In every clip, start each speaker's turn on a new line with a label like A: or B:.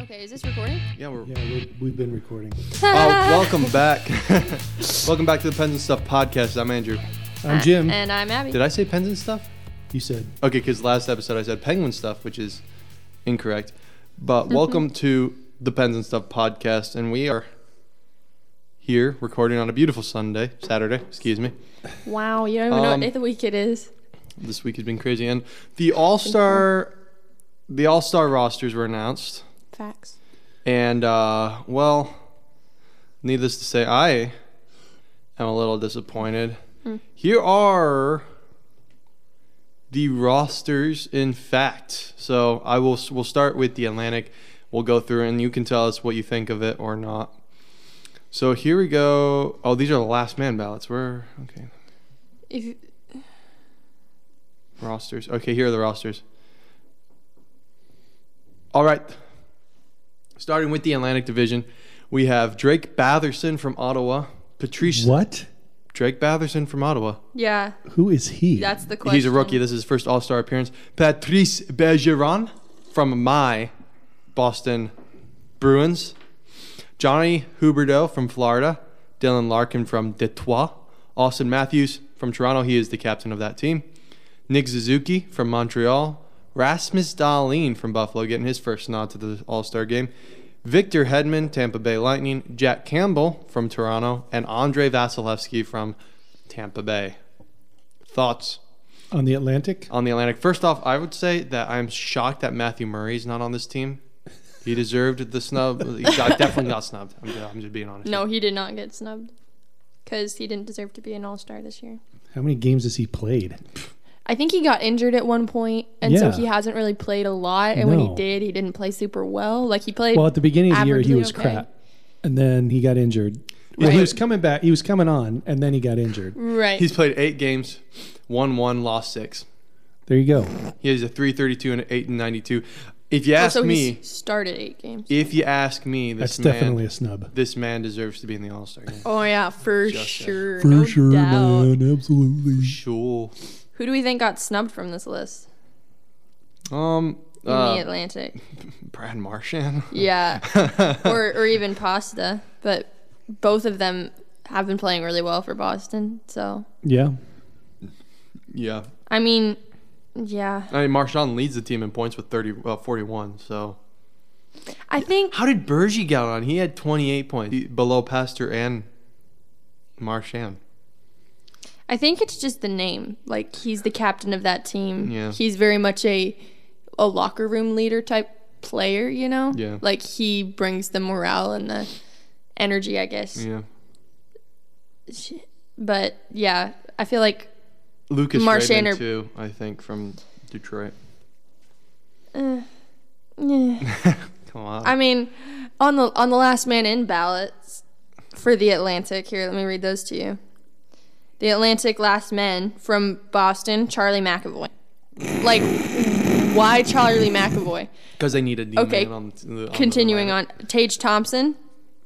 A: Okay, is this recording?
B: Yeah, we're
C: Yeah, we, we've been recording.
B: Oh, welcome back. welcome back to the Pens and Stuff podcast. I'm Andrew.
C: I'm Jim.
A: Uh, And I'm Abby.
B: Did I say Pens and Stuff?
C: You said
B: Okay, because last episode I said Penguin Stuff, which is incorrect. But welcome to the Pens and Stuff podcast, and we are here recording on a beautiful Sunday, Saturday, excuse me.
A: Wow, you don't even know
B: Um,
A: what day of the week it is.
B: This week has been crazy, and the All Star, the All Star rosters were announced,
A: Facts.
B: and uh, well, needless to say, I am a little disappointed. Here are the rosters, in fact. So I will. We'll start with the Atlantic. We'll go through, and you can tell us what you think of it or not. So here we go. Oh, these are the last man ballots. We're okay.
A: If
B: Rosters. Okay, here are the rosters. All right. Starting with the Atlantic Division, we have Drake Batherson from Ottawa. Patrice
C: what?
B: Drake Batherson from Ottawa.
A: yeah,
C: Who is he?
A: that's the question.
B: He's a rookie. This is his first All Star appearance. Patrice Bergeron from my Boston Bruins. Johnny Huberdeau from Florida. Dylan Larkin from Detroit. Austin Matthews from Toronto. He is the captain of that team. Nick Suzuki from Montreal. Rasmus Dahlin from Buffalo getting his first nod to the All Star game. Victor Hedman, Tampa Bay Lightning. Jack Campbell from Toronto. And Andre Vasilevsky from Tampa Bay. Thoughts?
C: on the Atlantic.
B: on the Atlantic. First off, I would say that I'm shocked that Matthew Murray's not on this team. He deserved the snub. He got, definitely got snubbed. I'm just, I'm just being honest.
A: No, he did not get snubbed because he didn't deserve to be an All Star this year.
C: How many games has he played?
A: I think he got injured at one point, and
C: Yeah.
A: so he hasn't really played a lot. And when he
C: No.
A: did, he didn't play super well. Like he played.
C: Well, at the beginning of the year, he
A: Averagely
C: was
A: okay.
C: crap, and then he got injured. Well, he
B: Right.
C: was coming back. He was coming on, and then he got injured.
A: right. Oh,
B: He's played eight games, won one, lost six.
C: There you go.
B: He has a 332 and an 8 and 92. If you ask
A: also,
B: me,
A: he's started eight games.
B: if you ask me, this
C: That's
B: man,
C: definitely a snub.
B: this man deserves to be in the All Star game.
A: Oh yeah, for
B: Just saying.
A: sure. no doubt.
C: Absolutely.
B: Sure.
A: Who do we think got snubbed from this list
B: Um.
A: in
B: uh,
A: the Atlantic?
B: Brad Marchand.
A: Yeah. or or even Pasta, but both of them have been playing really well for Boston. So
C: Yeah.
B: yeah.
A: I mean, yeah,
B: I mean, Marchand leads the team in points with 30, well, 41. So.
A: I think
B: How did Bergie get on? He had 28 points he- below Pastor and Marchand.
A: I think it's just the name. Like he's the captain of that team.
B: Yeah.
A: He's very much a a locker room leader type player. You know.
B: Yeah.
A: Like he brings the morale and the energy, I guess.
B: Yeah.
A: Shit. But yeah, I feel like
B: Lucas
A: Marchand
B: Marchand
A: or-
B: too, I think, from Detroit.
A: uh, eh.
B: Come on.
A: I mean, on the on the last man in ballots for the Atlantic. Here, let me read those to you. The Atlantic last men from Boston, Charlie McAvoy. Like, why Charlie McAvoy?
B: Because they need a D
A: Okay,
B: man on, the- on
A: Continuing
B: the
A: on, Tage Thompson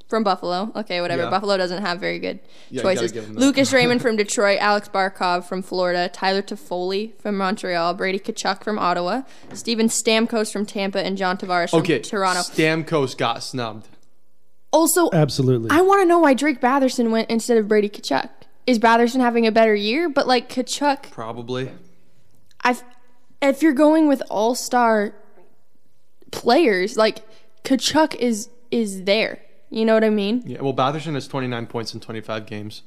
A: from Buffalo. Okay, whatever.
B: Yeah.
A: Buffalo doesn't have very good
B: Yeah, you gotta
A: choices.
B: give 'em that.
A: Lucas Raymond from Detroit, Alex Barkov from Florida, Tyler Toffoli from Montreal, Brady Kachuk from Ottawa, Steven Stamkos from Tampa, and John Tavares from
B: Okay.
A: Toronto.
B: Stamkos got snubbed.
A: Also,
C: Absolutely.
A: I want to know why Drake Batherson went instead of Brady Kachuk. Is Batherson having a better year? But like Kachuk,
B: Probably.
A: I, if you're going with all star players, like Kachuk is is there. You know what I mean?
B: Yeah. Well, Batherson has 29 points in 25 games.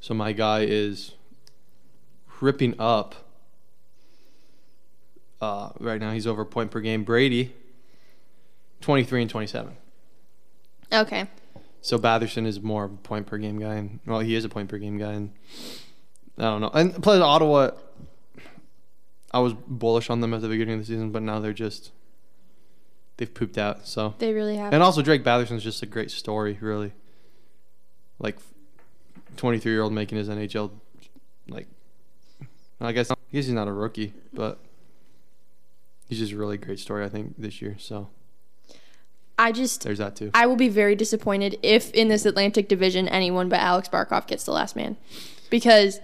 B: So my guy is ripping up. Uh, right now, he's over a point per game. Brady, 23 and 27.
A: Okay.
B: So Batherson is more of a point per game guy, and well, he is a point per game guy, and I don't know. And plus Ottawa, I was bullish on them at the beginning of the season, but now they're just they've pooped out. So
A: They really have.
B: and also Drake Batherson's just a great story, really. Like twenty three year old making his NHL, like I guess I guess he's not a rookie, but he's just a really great story. I think this year, so
A: I just
B: there's that too.
A: I will be very disappointed if in this Atlantic division anyone but Alex Barkov gets the last man. Because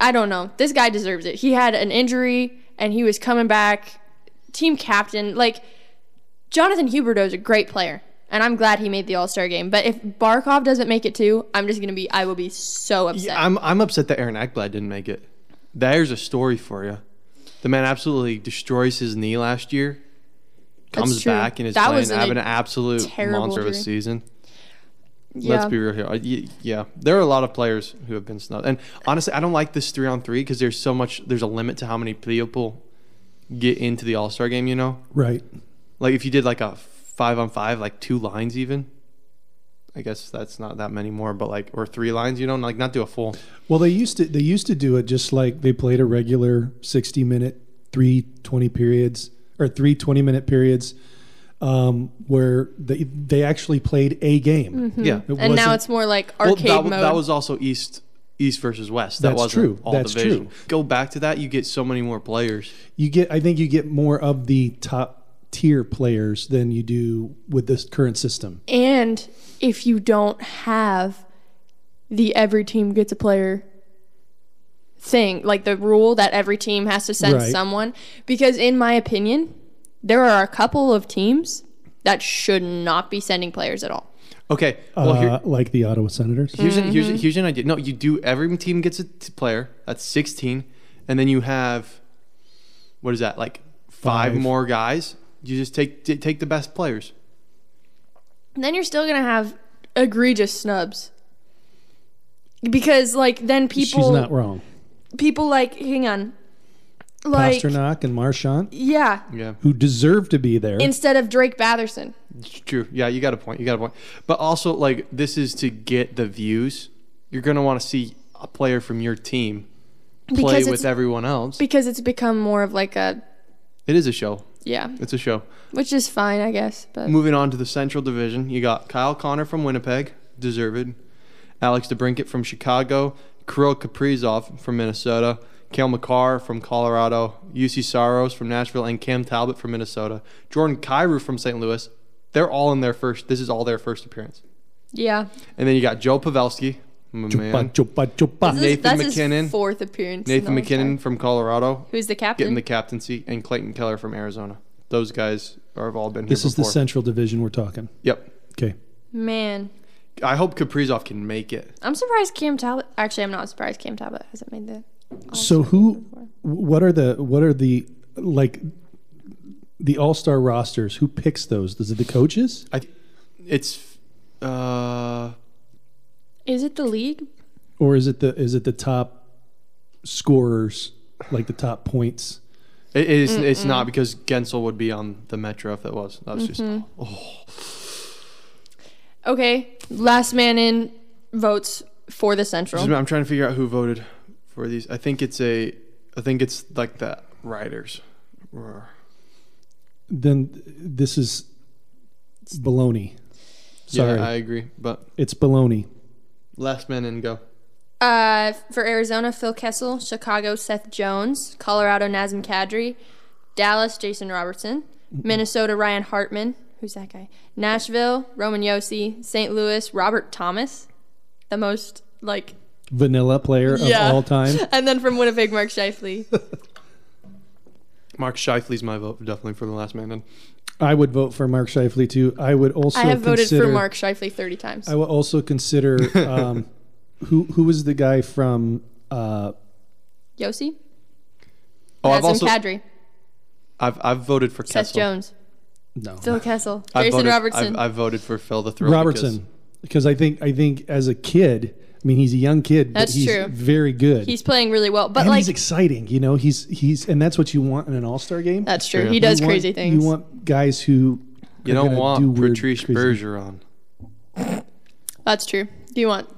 A: I don't know. This guy deserves it. He had an injury and he was coming back, team captain. Like Jonathan Huberto is a great player, and I'm glad he made the All Star game. But if Barkov doesn't make it too, I'm just gonna be I will be so upset.
B: Yeah, I'm I'm upset that Aaron Eckblad didn't make it. There's a story for you. The man absolutely destroys his knee last year, comes
A: true.
B: back and is
A: That
B: playing
A: was an-
B: having an absolute
A: terrible
B: monster of a
A: injury.
B: season.
A: Yeah.
B: Let's be real here. I, y- yeah, there are a lot of players who have been snubbed, and honestly, I don't like this three on three because there's so much. There's a limit to how many people get into the All Star game. You know,
C: Right.
B: like if you did like a five on five, like two lines even. I guess that's not that many more, but like or three lines. You know, like not do a full.
C: Well, they used to they used to do it just like they played a regular 60 minute, three 20 periods or three 20 minute periods um, where they they actually played a game.
B: Yeah.
C: It
A: Mm-hmm. and now
C: wasn't-
A: it's more like arcade
B: that, w-
A: mode.
B: that was also East East versus West. That
C: That's
B: wasn't
C: true.
B: all
C: That's
B: division.
C: true.
B: Go back to that, you get so many more players.
C: you get I think you get more of the top tier players than you do with this current system.
A: and if you don't have the every team gets a player thing, like the rule that every team has to send
C: Right.
A: someone, because in my opinion, there are a couple of teams that should not be sending players at all.
B: Okay. Well, here,
C: uh, like the Ottawa Senators.
A: Mm-hmm.
B: here's an, here's here's an idea. No, you do. Every team gets a t- player. That's sixteen, and then you have what is that like five,
C: Five.
B: more guys? You just take t- take the best players.
A: And then you're still gonna have egregious snubs. Because like then people
C: She's not wrong.
A: people like hang on. Like
C: Pasternak and Marchant,
A: yeah.
B: Yeah,
C: who deserve to be there.
A: Instead of Drake Batherson.
B: it's true. Yeah, you got a point. You got a point. But also, like this is to get the views. You're gonna want to see a player from your team play
A: Because it's
B: with everyone else.
A: because it's become more of like a
B: it is a show.
A: yeah.
B: It's a show.
A: Which is fine, I guess. But
B: Moving on to the Central Division, you got Kyle Connor from Winnipeg, deserved. Alex DeBrinket from Chicago, Kirill Kaprizov from Minnesota, Kale McCarr from Colorado, UC Saros from Nashville, and Cam Talbot from Minnesota. Jordan Cairo from St. Louis. They're all in their first. This is all their first appearance.
A: yeah.
B: And then you got Joe Pavelski, my man.
C: Chupa, chupa, chupa.
A: This is-
B: Uh, Nathan
A: that's
B: McKinnon.
A: His fourth appearance. in
B: Nathan
A: the All-Star.
B: McKinnon from Colorado,
A: Who's the captain?
B: getting the captaincy, and Clayton Keller from Arizona. Those guys are, have all been here
C: This is the
B: before.
C: Central Division we're talking.
B: Yep.
C: Okay.
A: Man.
B: I hope Kaprizov can make it.
A: I'm surprised Cam Talbot actually I'm not surprised Cam Talbot hasn't made the
C: So who? What are the? What are the like? The All Star rosters. Who picks those? Is it the coaches?
B: I, th- it's, uh,
A: Is it the league?
C: or is it the is it the top scorers like the top points
B: it, it
A: Mm,
B: is, it's not because Gensel would be on the Metro if it was. That was just
A: Mm-hmm. Okay. Last man in votes for the Central.
B: Just- I'm trying to figure out who voted for these. I think it's a, I think it's like the Riders. Roar.
C: then this is baloney sorry
B: Yeah, I agree. But
C: it's baloney
B: last man in go.
A: Uh, for Arizona, Phil Kessel. Chicago, Seth Jones. Colorado, Nazem Kadri. Dallas, Jason Robertson.
C: Mm-hmm.
A: Minnesota, Ryan Hartman. Who's that guy? Nashville, Roman Yossi. St. Louis, Robert Thomas. The most, like.
C: vanilla player
A: Yeah.
C: of all time
A: And then from Winnipeg, Mark Scheifele.
B: Mark Scheifele's my vote definitely for the last man in.
C: i would vote for mark Shifley too i would also
A: I have voted
C: consider,
A: for Mark Scheifele 30 times.
C: i will also consider um who who was the guy from uh
A: Yossi?
B: Oh, I've
A: Nazem
B: also
A: Kadri.
B: I've I've voted for Kessel.
A: Seth Jones.
C: no
A: Phil Kessel.
B: I've
A: Jason
B: voted,
A: Robertson.
B: I've, I've voted for Phil the Thrill.
C: robertson because i think i think as a kid i mean he's a young kid but
A: That's
C: he's
A: true.
C: very good
A: He's playing really well. But,
C: and
A: like.
C: he's exciting. You know, he's he's and that's what you want in an All Star game.
A: that's true.
B: true.
A: He
B: You
A: does
C: You want-
A: crazy things.
C: You want guys who
B: You
C: are
B: don't
C: gonna do
B: want
C: weird,
B: Patrice
C: crazy-
B: Bergeron.
A: that's true. Do you want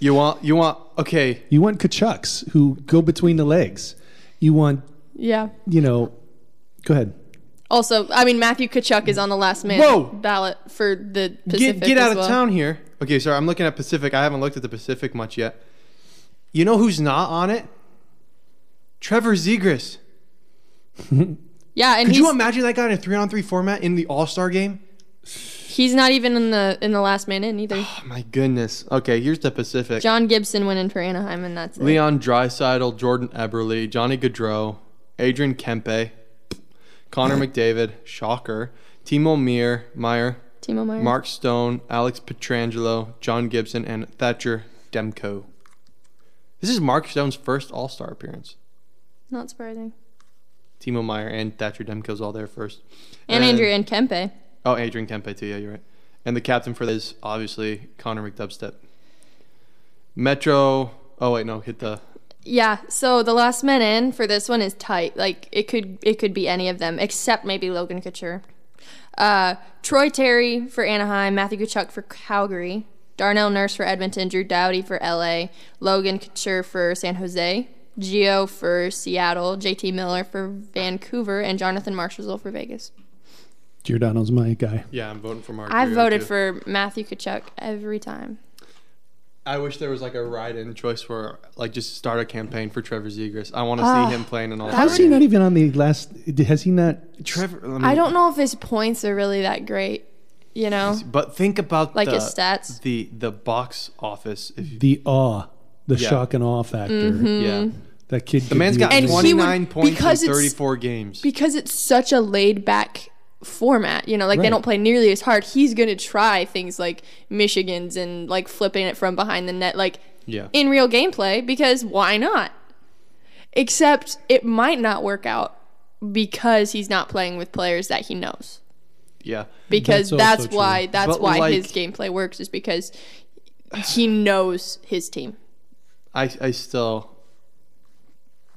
B: You want you want okay.
C: You want Kachucks who go between the legs. You want
A: Yeah.
C: you know. Go ahead.
A: Also, I mean Matthew Kachuk is on the last man
B: Whoa!
A: ballot for the Pacific.
B: get, get out
A: as
B: of
A: well.
B: town here. Okay, sorry, I'm looking at Pacific. I haven't looked at the Pacific much yet. You know who's not on it? Trevor Zegras.
A: Yeah, and
B: Could
A: he's,
B: you imagine that guy in a three on three format in the All Star game?
A: he's not even in the in the last man in either.
B: Oh, my goodness. Okay, here's the Pacific.
A: John Gibson went in for Anaheim, and that's it.
B: Leon Dreisidel, Jordan Eberle, Johnny Gaudreau, Adrian Kempe, Connor McDavid, shocker, Timo Meyer, Meyer,
A: Timo Meyer.
B: Mark Stone, Alex Petrangelo, John Gibson, and Thatcher Demko. This is Mark Stone's first All Star appearance.
A: Not surprising.
B: Timo Meyer and Thatcher Demko's all there first.
A: And, Andrew and Kempe.
B: Oh, Adrian Kempe too. Yeah, you're right. And the captain for this is obviously Connor McDubstep. Metro. Oh wait, no, hit the.
A: Yeah, so the last man in for this one is tight. Like it could it could be any of them except maybe Logan Couture. Uh, Troy Terry for Anaheim, Matthew Kachuk for Calgary, Darnell Nurse for Edmonton, Drew Doughty for LA, Logan Couture for San Jose, Geo for Seattle, JT Miller for Vancouver, and Jonathan Marshall for Vegas.
C: Giordano's my guy.
B: Yeah, I'm voting for Mark.
A: I've voted for Matthew Kachuk every time.
B: I wish there was like a ride-in choice for like just start a campaign for Trevor Zegras. I want to
A: Ah,
B: see him playing in all.
C: How's he not even on the last? Has he not?
B: Trevor. I, mean,
A: I don't know if his points are really that great, you know?
B: But think about
A: Like
B: the,
A: his stats?
B: The the box office. If you,
C: The awe, the
B: Yeah.
C: shock and awe factor.
B: yeah,
C: That kid.
B: the man's got
A: Mm-hmm. Mm. And he would-
B: 29 points
A: because
B: in
A: it's-
B: 34 games.
A: because it's such a laid back format, you know, like
C: Right.
A: they don't play nearly as hard. He's going to try things like Michigan's and like flipping it from behind the net, like
B: yeah,
A: in real gameplay, because why not? Except it might not work out because he's not playing with players that he knows.
B: yeah.
A: Because
C: That's also
A: that's,
C: true.
A: why that's
B: But,
A: why
B: like-
A: his gameplay works is because he knows his team.
B: I I still.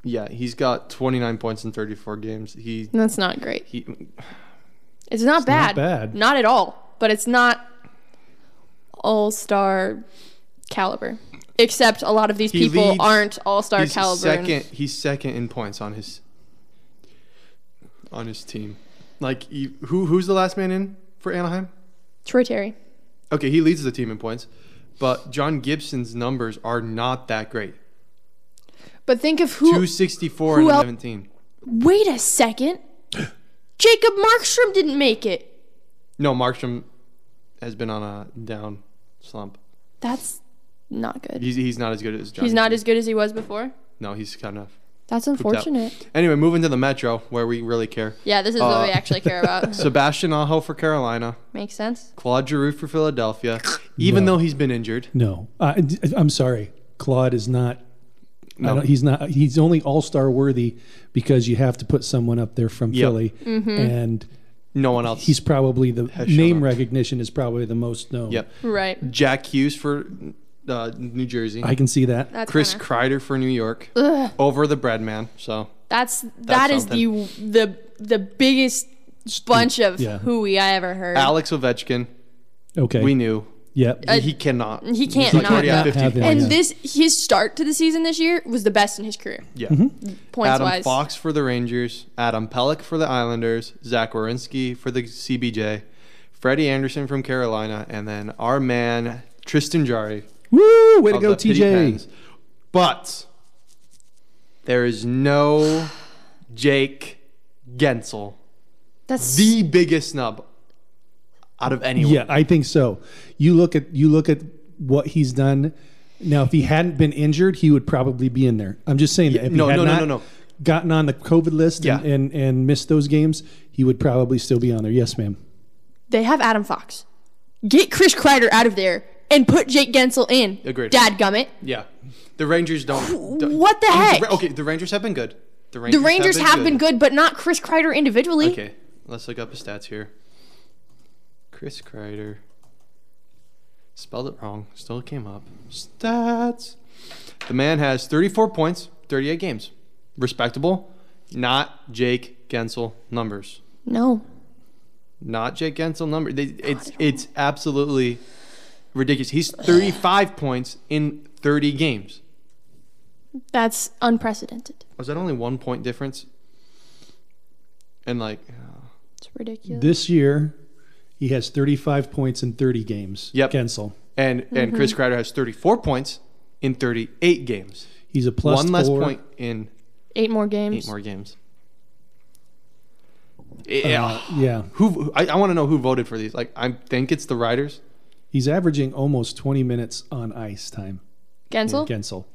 B: Yeah, he's got 29 points in 34 games. He
A: That's not great.
B: he.
A: It's not bad.
C: not bad.
A: Not at all. But it's not all star caliber. Except a lot of these
B: He
A: people
B: leads-
A: aren't all star
B: He's
A: caliber.
B: second. He's second in points on his. On his team, like he, who who's the last man in for Anaheim?
A: Troy Terry.
B: Okay, he leads the team in points, but John Gibson's numbers are not that great.
A: But think of who.
B: 264
A: who
B: and
A: el-
B: 17.
A: Wait a second. Jacob Markstrom didn't make it.
B: No, Markstrom has been on a down slump.
A: That's not good.
B: He's he's not as good as John.
A: He's not as good as he was before.
B: No, he's kind of
A: That's
B: pooped out.
A: unfortunate.
B: Anyway, moving to the Metro where we really care.
A: Yeah, this is
B: Uh,
A: what we actually care about.
B: Sebastian Aho for Carolina,
A: Makes sense.
B: Claude Giroux for Philadelphia. Even
C: No.
B: though he's been injured,
C: No, Uh, I, am sorry. Claude is not. I
B: No.
C: don't, he's not. He's only All Star worthy because you have to put someone up there from
B: Yep.
C: Philly, and
B: no one else.
C: he's probably the
B: Has shown
C: name
B: up.
C: recognition is probably the most known.
B: yep.
A: Right.
B: Jack Hughes for uh, New Jersey.
C: I can see that.
A: That's
B: Chris
A: kinda-
B: Kreider for New York.
A: Ugh.
B: Over the bread man. So
A: That's that is the the the biggest bunch of
C: yeah.
A: hooey I ever heard.
B: Alex Ovechkin,
C: okay.
B: we knew
C: yep.
A: Uh,
B: he cannot.
A: he can't
B: He's like
A: not
B: already
A: have-
B: at 15
C: have him.
B: points.
A: and
C: yeah.
A: this his start to the season this year was the best in his career,
B: Yeah.
C: Mm-hmm.
A: points
B: Adam
A: wise.
B: Fox for the Rangers, Adam Pellick for the Islanders, Zach Wierenski for the CBJ, Freddie Anderson from Carolina, and then our man Tristan Jari.
C: Woo! Way to
B: of
C: go,
B: the Pity
C: TJ.
B: Pens. But there is no Jake Gensel,
A: That's
B: the biggest snub out of anyone.
C: Yeah, I think so. You look at you look at what he's done. Now, if he hadn't been injured, he would probably be in there. I'm just saying that if
B: no,
C: he had
B: no, no,
C: not
B: no, no.
C: gotten on the COVID list and,
B: Yeah.
C: and and missed those games, he would probably still be on there. Yes, ma'am.
A: they have Adam Fox. Get Chris Kreider out of there and put Jake Gensel in.
B: Agreed.
A: Dad gummit.
B: Yeah. The Rangers don't. don't-
A: What the heck?
B: Okay, the Rangers have been good. The Rangers,
A: The Rangers have been good, but not Chris Kreider individually.
B: Okay, let's look up his stats here. Chris Kreider. Spelled it wrong. Still came up. Stats. The man has 34 points, 38 games. Respectable. Not Jake Gensel numbers.
A: No.
B: Not Jake Gensel number. They, it's it's absolutely ridiculous. He's 35 points in 30 games.
A: That's unprecedented.
B: Was that only one point difference? And like,
A: It's ridiculous.
C: This year, he has 35 points in 30 games.
B: Yep.
C: Gensel.
B: and and Chris
A: Mm-hmm.
B: Kreider has 34 points in 38 games.
C: He's a plus
B: one less
C: four.
B: point in
A: Eight more games.
B: eight more games. Yeah.
C: Uh, Yeah,
B: who? who- I, I want to know who voted for these. Like, I think it's the Riders.
C: he's averaging almost 20 minutes on ice time.
A: Gensel?
C: Gensel.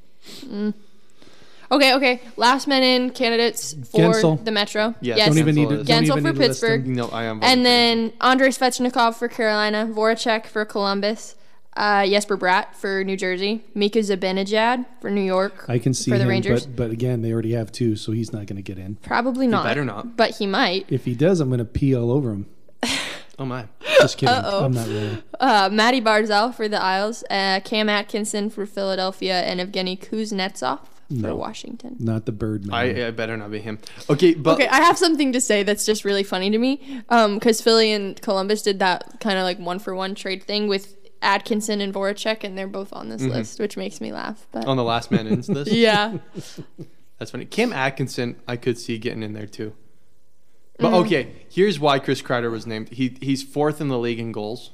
A: Okay, okay. Last men in candidates for
C: Gensel.
A: the Metro.
B: Yes.
A: Yes.
C: Don't even need
B: Cancel
C: to.
A: is-
C: don't
A: Cancel
C: even
A: for
C: need to list them.
A: Pittsburgh.
B: No, I am. voting
A: And
B: for him.
A: then Andrei Svechnikov for Carolina, Voracek for Columbus, uh, Jesper Bratt for New Jersey, Mika Zibanejad for New York.
C: I can see
A: for the
C: him,
A: Rangers.
C: but but again, they already have two, so he's not going to get in.
A: Probably not.
B: better not.
A: But he might.
C: If he does, I'm going to pee all over him.
B: oh my,
C: Just kidding. I'm not really.
A: Uh, Matty Barzal for the Isles, uh, Cam Atkinson for Philadelphia, and Evgeny Kuznetsov for Washington.
C: Not the bird man.
B: I, I better not be him. Okay, but
A: Okay, I have something to say that's just really funny to me. Um, 'cause because Philly and Columbus did that kind of like one for one trade thing with Atkinson and Voracek, and they're both on
B: Mm-hmm.
A: this list, which makes me laugh. But
B: on the last man in list,
A: yeah,
B: that's funny. Cam Atkinson, I could see getting in there too. But okay, here's why Chris Kreider was named. He he's fourth in the league in goals,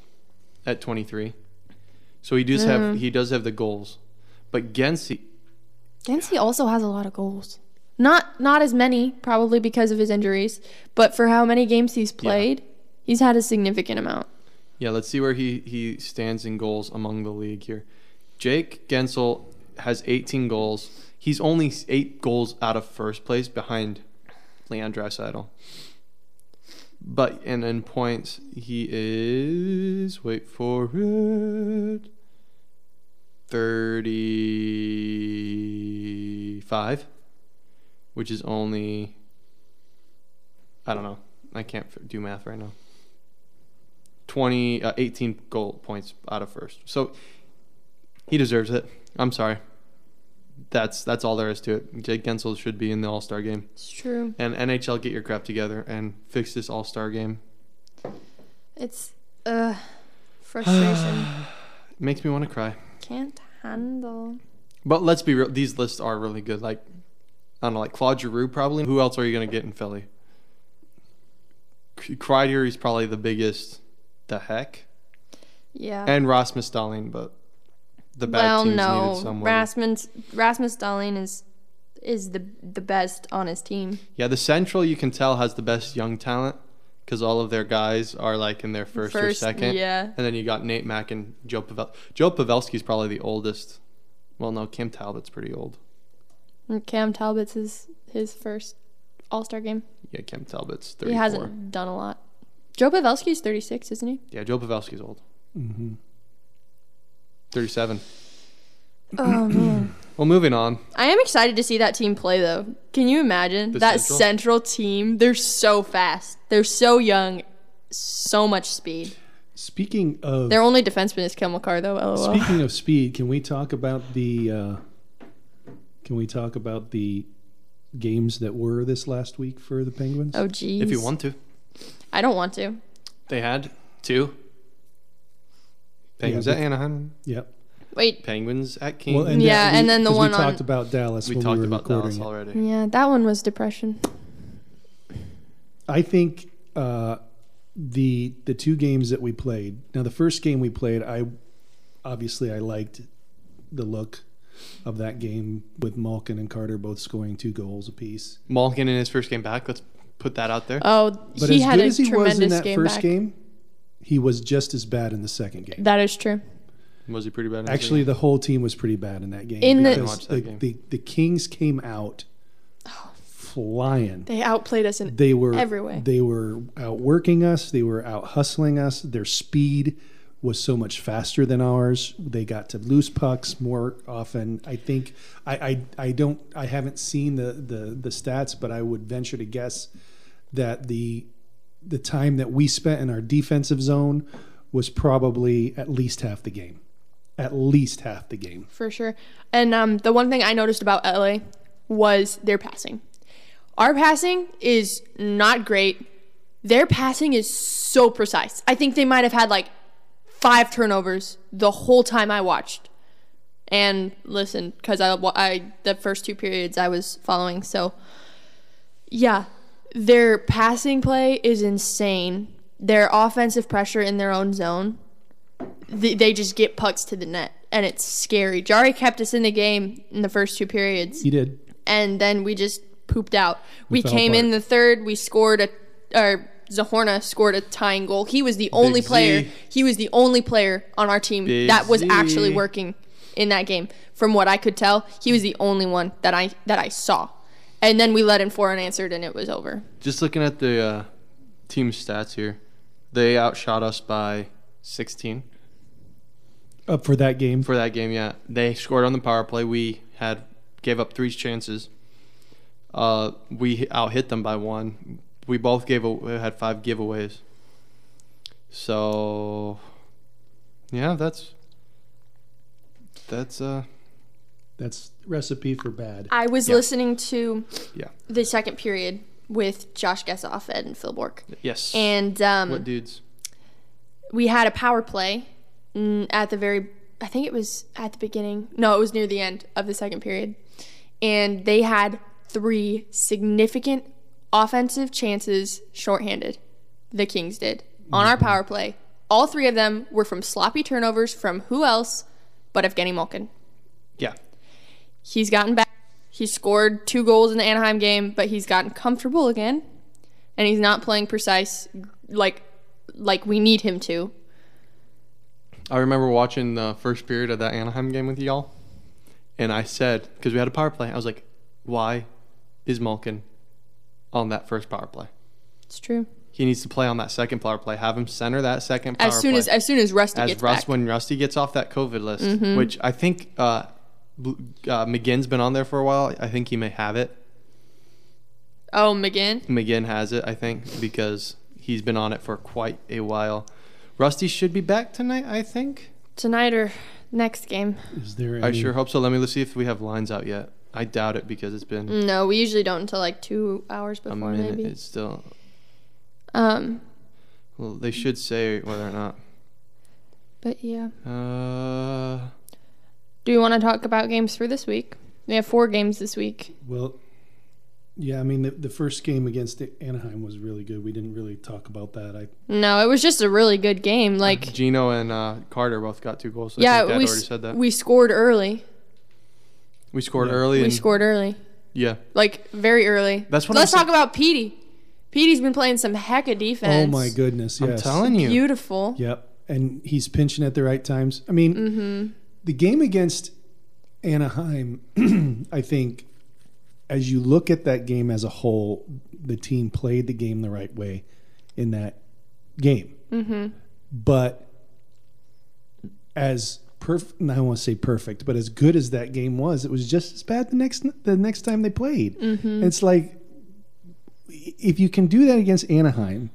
B: at 23. So he does have he does have the goals, but Gensi
A: Dempsey also has a lot of goals. Not not as many probably because of his injuries, but for how many games he's played, he's had a significant amount.
B: Yeah, let's see where he, he stands in goals among the league here. Jake Gensel has 18 goals. He's only eight goals out of first place behind Leon Dreisaitl. But and in points, he is wait for it, 35, which is only I don't know. I can't f- do math right now. 20 uh, 18 goal points out of first. So he deserves it. I'm sorry. That's that's all there is to it. Jake Gensel should be in the All-Star game.
A: It's true.
B: And NHL get your crap together and fix this All-Star game.
A: It's uh frustration.
B: It makes me want to cry.
A: Can't handle.
B: But let's be real, these lists are really good. Like I don't know, like Claude Giroux probably. Who else are you going to get in Philly? C- Kreider is probably the biggest the heck.
A: Yeah.
B: And Rasmus Dahlin, but the bad
A: well,
B: teams
A: no.
B: needed someone.
A: Rasmus Rasmus Dahlin is is the the best on his team.
B: Yeah, the Central you can tell has the best young talent because all of their guys are like in their first, or second.
A: Yeah.
B: And then you got Nate Mack and Joe Pavel. Joe Pavelski's probably the oldest. Well, no, Kim Talbot's pretty old.
A: And Cam Talbot's his his first All Star game.
B: Yeah, Kim Talbot's 34.
A: He hasn't done a lot. Joe Pavelski's thirty six, isn't he?
B: Yeah, Joe Pavelski's old. Mm-hmm. 37.
A: Oh man.
B: Well, moving on.
A: I am excited to see that team play though. Can you imagine
B: The
A: that
B: Central?
A: central? team? They're so fast. They're so young. So much speed.
C: Speaking of
A: Their only defenseman is Kel McCarr though. LOL.
C: speaking of speed, can we talk about the? Uh, can we talk about the games that were this last week for the Penguins?
A: oh geez.
B: If you want to,
A: I don't want to.
B: they had two. Penguins
C: Yeah,
B: at Anaheim.
C: Yep.
A: Wait.
B: Penguins at King.
C: Well, and
A: Yeah,
C: that- we-
A: and then the
C: 'cause
A: one
C: we
A: on-
C: talked about Dallas.
B: we
C: when
B: talked
C: were
B: about
C: recording
B: Dallas
C: it.
B: already.
A: Yeah, that one was depression.
C: I think uh, the the two games that we played. Now, the first game we played, I obviously I liked the look of that game with Malkin and Carter both scoring two goals apiece.
B: Malkin in his first game back. Let's put that out there.
A: Oh,
C: But
A: he
C: as
A: had
C: good
A: a
C: as he
A: tremendous
C: was in that
A: game
C: first
A: back.
C: game, he was just as bad in the second game.
A: That is true.
B: Was he pretty bad? in the
C: Actually, the whole team was pretty bad in that game
A: In the- I didn't
C: because
B: watch
C: the,
B: that game.
C: the the Kings came out
A: Oh.
C: flying.
A: They outplayed us in
C: they were
A: every way.
C: they were outworking us they were out hustling us their speed was so much faster than ours they got to loose pucks more often i think i i, I don't i haven't seen the, the the stats but i would venture to guess that the the time that we spent in our defensive zone was probably at least half the game at least half the game
A: for sure. And um, the one thing I noticed about LA was their passing. Our passing is not great. Their passing is so precise. I think they might have had like five turnovers the whole time I watched and listened because I, wa- I the first two periods I was following. So yeah, their passing play is insane. Their offensive pressure in their own zone th- they just get pucks to the net and it's scary. Jari kept us in the game in the first two periods
C: he did
A: and then we just pooped out. We
C: fell
A: came in
C: apart.
A: the third, we scored a or Zahorna scored a tying goal. He was the only
B: Z.
A: player. He was the only player on our team
B: Big
A: that was
B: Z.
A: actually working in that game. From what I could tell, he was the only one that I that I saw. And then we let in four unanswered, and it was over.
B: Just looking at the uh, team stats here, they outshot us by 16
C: Up for that game.
B: for that game. Yeah, they scored on the power play. We had gave up three chances. Uh, we outhit them by one. We both gave a, had five giveaways. So, yeah, that's that's uh
C: That's recipe for bad.
A: I was
B: Yeah.
A: listening to
B: Yeah.
A: the second period with Josh Gessoff and Phil Bork,
B: yes.
A: and um,
B: what dudes?
A: we had a power play mm, at the very I think it was at the beginning. No, it was near the end of the second period. And they had three significant offensive chances shorthanded. The Kings did on our power play. All three of them were from sloppy turnovers from who else but Evgeny Malkin.
B: Yeah,
A: He's gotten back. He scored two goals in the Anaheim game, but he's gotten comfortable again, and he's not playing precise like like we need him to.
B: I remember watching the first period of that Anaheim game with y'all, and I said because we had a power play, I was like, why is Malkin on that first power play?
A: It's true.
B: He needs to play on that second power play. Have him center that second power
A: as soon
B: play.
A: as as soon as Rusty
B: as
A: gets
B: Russ
A: back. Mm-hmm.
B: when Rusty gets off that COVID list, which I think uh, Bl- uh, McGinn's been on there for a while. I think he may have it.
A: Oh, McGinn.
B: McGinn has it, I think, because he's been on it for quite a while. Rusty should be back tonight, I think.
A: Tonight or next game?
C: Is there any
B: I sure hope so. Let me see if we have lines out yet. I doubt it because it's been
A: No, we usually don't until like two hours
B: a
A: before,
B: minute.
A: Mm, maybe.
B: It's still.
A: Um,
B: Well, they should say whether or not.
A: but yeah.
B: Uh,
A: Do you want to talk about games for this week? We have four games this week.
C: Well, yeah, I mean the, the first game against Anaheim was really good. We didn't really talk about that. I oh
A: No, it was just a really good game. Like,
B: Gino and uh, Carter both got two goals. So I
A: yeah,
B: think Dad
A: we
B: already
A: s-
B: said that. We,
A: we scored early.
B: scored
C: Yeah.
B: early.
A: We
B: and,
A: scored early,
B: Yeah.
A: like very early.
B: That's what I'm
A: Let's
B: sa-
A: talk about Petey. Petey's been playing some heck of defense.
C: oh my goodness,
B: I'm
C: yes.
B: telling you.
A: Beautiful.
C: Yep, and he's pinching at the right times. I mean, the game against Anaheim, I think, as you look at that game as a whole, the team played the game the right way in that game. But as perfect, I don't want to say perfect, but as good as that game was, it was just as bad the next the next time they played. It's like if you can do that against Anaheim,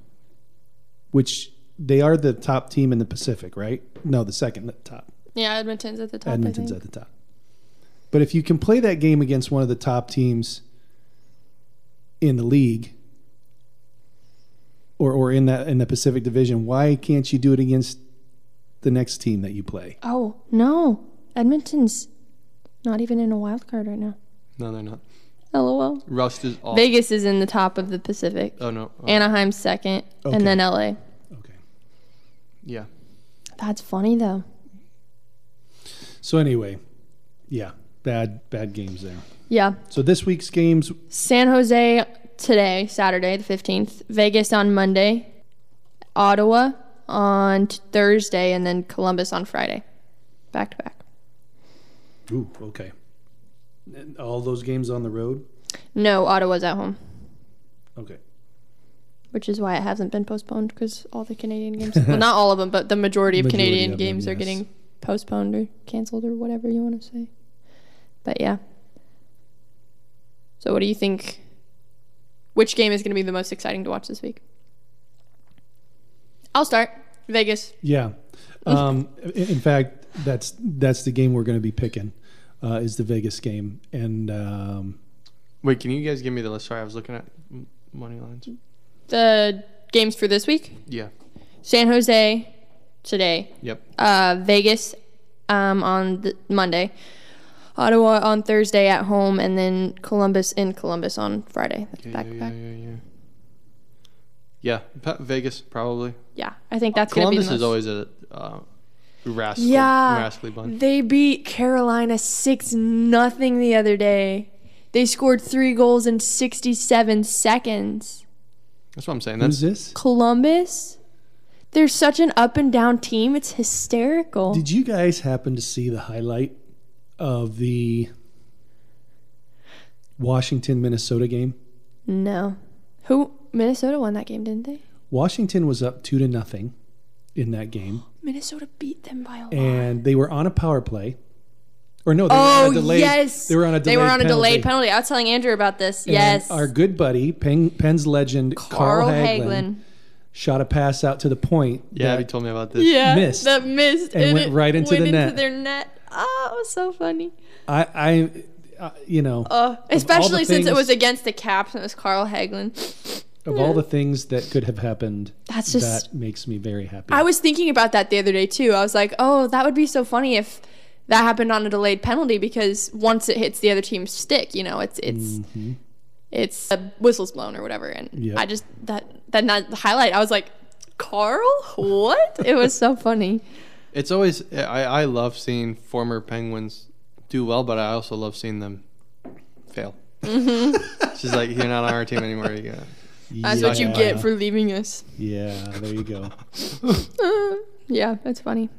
C: which they are the top team in the Pacific, right? No, the second top.
A: Yeah, Edmonton's at the top.
C: Edmonton's
A: I
C: at
A: think.
C: the top. But if you can play that game against one of the top teams in the league or or in that in the Pacific Division, why can't you do it against the next team that you play?
A: Oh no, Edmonton's not even in a wild card right now.
B: No, they're not.
A: LOL.
B: Rust is off.
A: Vegas is in the top of the Pacific.
B: oh no. Oh,
A: Anaheim's second,
C: Okay.
A: and then LA.
C: Okay.
B: yeah.
A: That's funny though.
C: So anyway, yeah, bad bad games there.
A: Yeah,
C: So this week's games
A: San Jose today, Saturday the fifteenth. Vegas on Monday, Ottawa on t- Thursday, and then Columbus on Friday. Back to back.
C: Ooh, okay. And all those games on the road?
A: No, Ottawa's at home,
C: Okay.
A: which is why it hasn't been postponed because all the Canadian games, well, not all of them, but the majority of
C: Majority
A: Canadian
C: of them,
A: games are
C: yes.
A: getting postponed or canceled or whatever you want to say. But yeah. So, what do you think? Which game is going to be the most exciting to watch this week? I'll start. Vegas.
C: Yeah. Um, i- in fact, that's that's the game we're going to be picking uh, is the Vegas game, and um,
B: Wait, can you guys give me the list? Sorry, I was looking at m- money lines.
A: The games for this week
B: Yeah.
A: San Jose today,
B: Yep.
A: uh, Vegas um, on th- Monday, Ottawa on Thursday at home, and then Columbus in Columbus on Friday. That's
B: Yeah,
A: back to
B: yeah,
A: back.
B: yeah, yeah, yeah. Yeah, pa- Vegas probably.
A: Yeah, I think that's going to be
B: Columbus
A: the most.
B: is always a uh, rascal,
A: Yeah.
B: rascally bunch.
A: They beat Carolina six nothing the other day. They scored three goals in sixty seven seconds.
B: That's what I'm saying.
C: who's
B: That's
C: this?
A: Columbus, they're such an up and down team. It's hysterical.
C: Did you guys happen to see the highlight of the Washington Minnesota game?
A: No. Who? Minnesota won that game, didn't they?
C: Washington was up two to nothing in that game,
A: Minnesota beat them by a lot.
C: and they were on a power play. Or no, they were on
A: oh,
C: a delayed,
A: yes.
C: They were on a delayed
A: They were on a
C: penalty.
A: delayed penalty. I was telling Andrew about this.
C: And
A: yes.
C: Our good buddy, Penn, Penn's legend, Carl, Hagelin, shot a pass out to the point.
B: Yeah,
C: that-
B: you told me about this.
A: Yeah.
C: Missed.
A: That missed.
C: And went
A: it
C: right into
A: went
C: the net.
A: their net. Oh, it was so funny.
C: I, I, uh, you know,
A: Uh,
C: the
A: especially since it
C: things-
A: was against the Caps and it was Carl Hagelin.
C: of all the things that could have happened,
A: That's just-
C: that makes me very happy.
A: I was thinking about that the other day too. I was like, oh, that would be so funny if that happened on a delayed penalty because once it hits the other team's stick, you know, it's it's
C: Mm-hmm.
A: it's a whistle's blown or whatever. And
C: Yeah.
A: I just that that not the highlight. I was like, Carl, what? it was so funny.
B: It's always I, I love seeing former Penguins do well, but I also love seeing them fail. She's like, you're not on our team anymore. You gotta-"
A: That's what you
C: Yeah.
A: get for leaving us.
C: Yeah, there you go.
A: Uh, yeah, that's funny.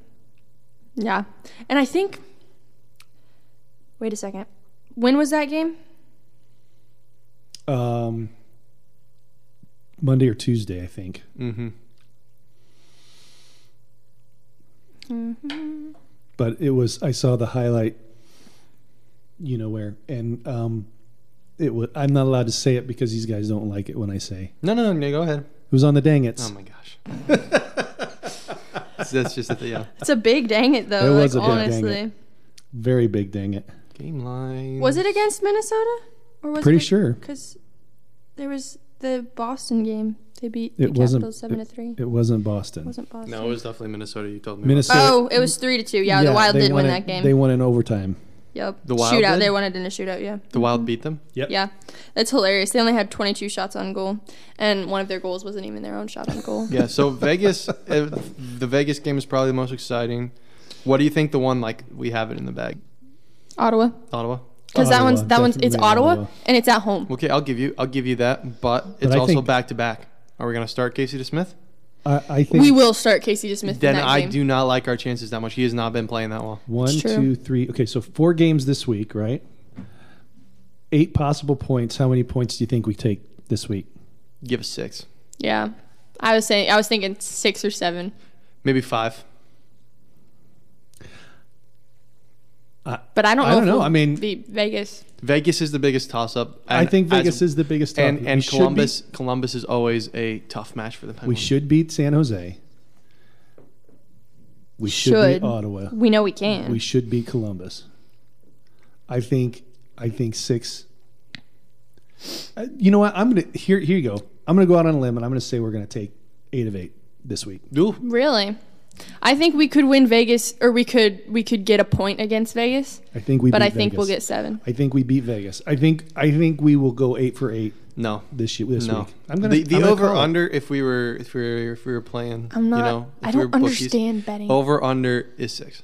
A: Yeah, and I think. Wait a second. When was that game?
C: Um, Monday or Tuesday, I think.
B: Mhm.
C: But it was. I saw the highlight. You know where, and um, it was. I'm not allowed to say it because these guys don't like it when I say.
B: No, no, no, no. Go ahead.
C: It was on the dang it's.
B: Oh my gosh. So That's just at the yeah.
A: It's a big dang it though.
C: It
A: like,
C: was a big dang it.
A: honestly.
C: Very big dang it.
B: game line.
A: Was it against Minnesota? Or was
C: Pretty sure.
A: Because there was the Boston game. They beat
C: It
A: the
C: wasn't-
A: Capitals seven to three.
C: It wasn't Boston.
A: wasn't Boston.
B: No, it was definitely Minnesota. You told me. about.
C: Minnesota.
A: oh, it was three to two. Yeah, the Wild
C: they
A: did
C: won
A: win
C: it-
A: that game.
C: They won in overtime.
A: yep.
B: The Wild
A: shootout.
B: did?
A: They won it in a shootout. Yeah.
B: The Wild beat them.
A: Yeah. That's hilarious. They only had 22 shots on goal, and one of their goals wasn't even their own shot on goal.
B: Yeah. So Vegas, uh, the Vegas game is probably the most exciting. What do you think? The one like we have it in the bag,
A: Ottawa.
B: Ottawa.
A: Because that
C: Ottawa,
A: one's that one's it's
C: definitely
A: Ottawa,
C: Ottawa.
A: and it's at home.
B: Okay, I'll give you, I'll give you that. But it's
C: I
B: also
C: think-
B: back to back. Are we gonna start Casey to Smith?
C: I, I think
A: We will start Casey DeSmith in
B: Then
A: that
B: I
A: game.
B: do not like our chances that much. He has not been playing that well.
C: One,
A: It's true.
C: two, three. Okay, so four games this week, right? Eight possible points. How many points do you think we take this week?
B: Give us six,
A: Yeah. I was saying I was thinking six or seven.
B: maybe five.
A: But I don't know.
C: I don't
A: if
C: know.
A: we'll
C: I mean-
A: beat Vegas.
B: Vegas is the biggest toss up.
C: I think Vegas is the biggest. top.
B: and
C: We
B: and
C: should
B: Columbus, Columbus is always a tough match for the
C: beat- we
B: Penguins.
C: should beat San Jose. We should,
A: Should.
C: beat Ottawa.
A: We know we can.
C: We should beat Columbus. I think. I think six. Uh, You know what? I'm gonna here. Here you go. I'm gonna go out on a limb and I'm gonna say we're gonna take eight of eight this week.
B: Ooh,
A: really? I think we could win Vegas, or we could we could get a point against Vegas.
C: I think we.
A: But
C: beat
A: I think we'll
C: Vegas.
A: get seven.
C: I think we beat Vegas. I think I think we will go eight for eight
B: no,
C: this year. This
B: no.
C: week, I'm gonna
B: the the
C: I'm gonna
B: over
C: call it.
B: under. If we were if we were if we were playing,
A: I'm not.
B: You know, if
A: I
B: we
A: don't
B: were bookies, oh.
A: understand betting.
B: Over under is six.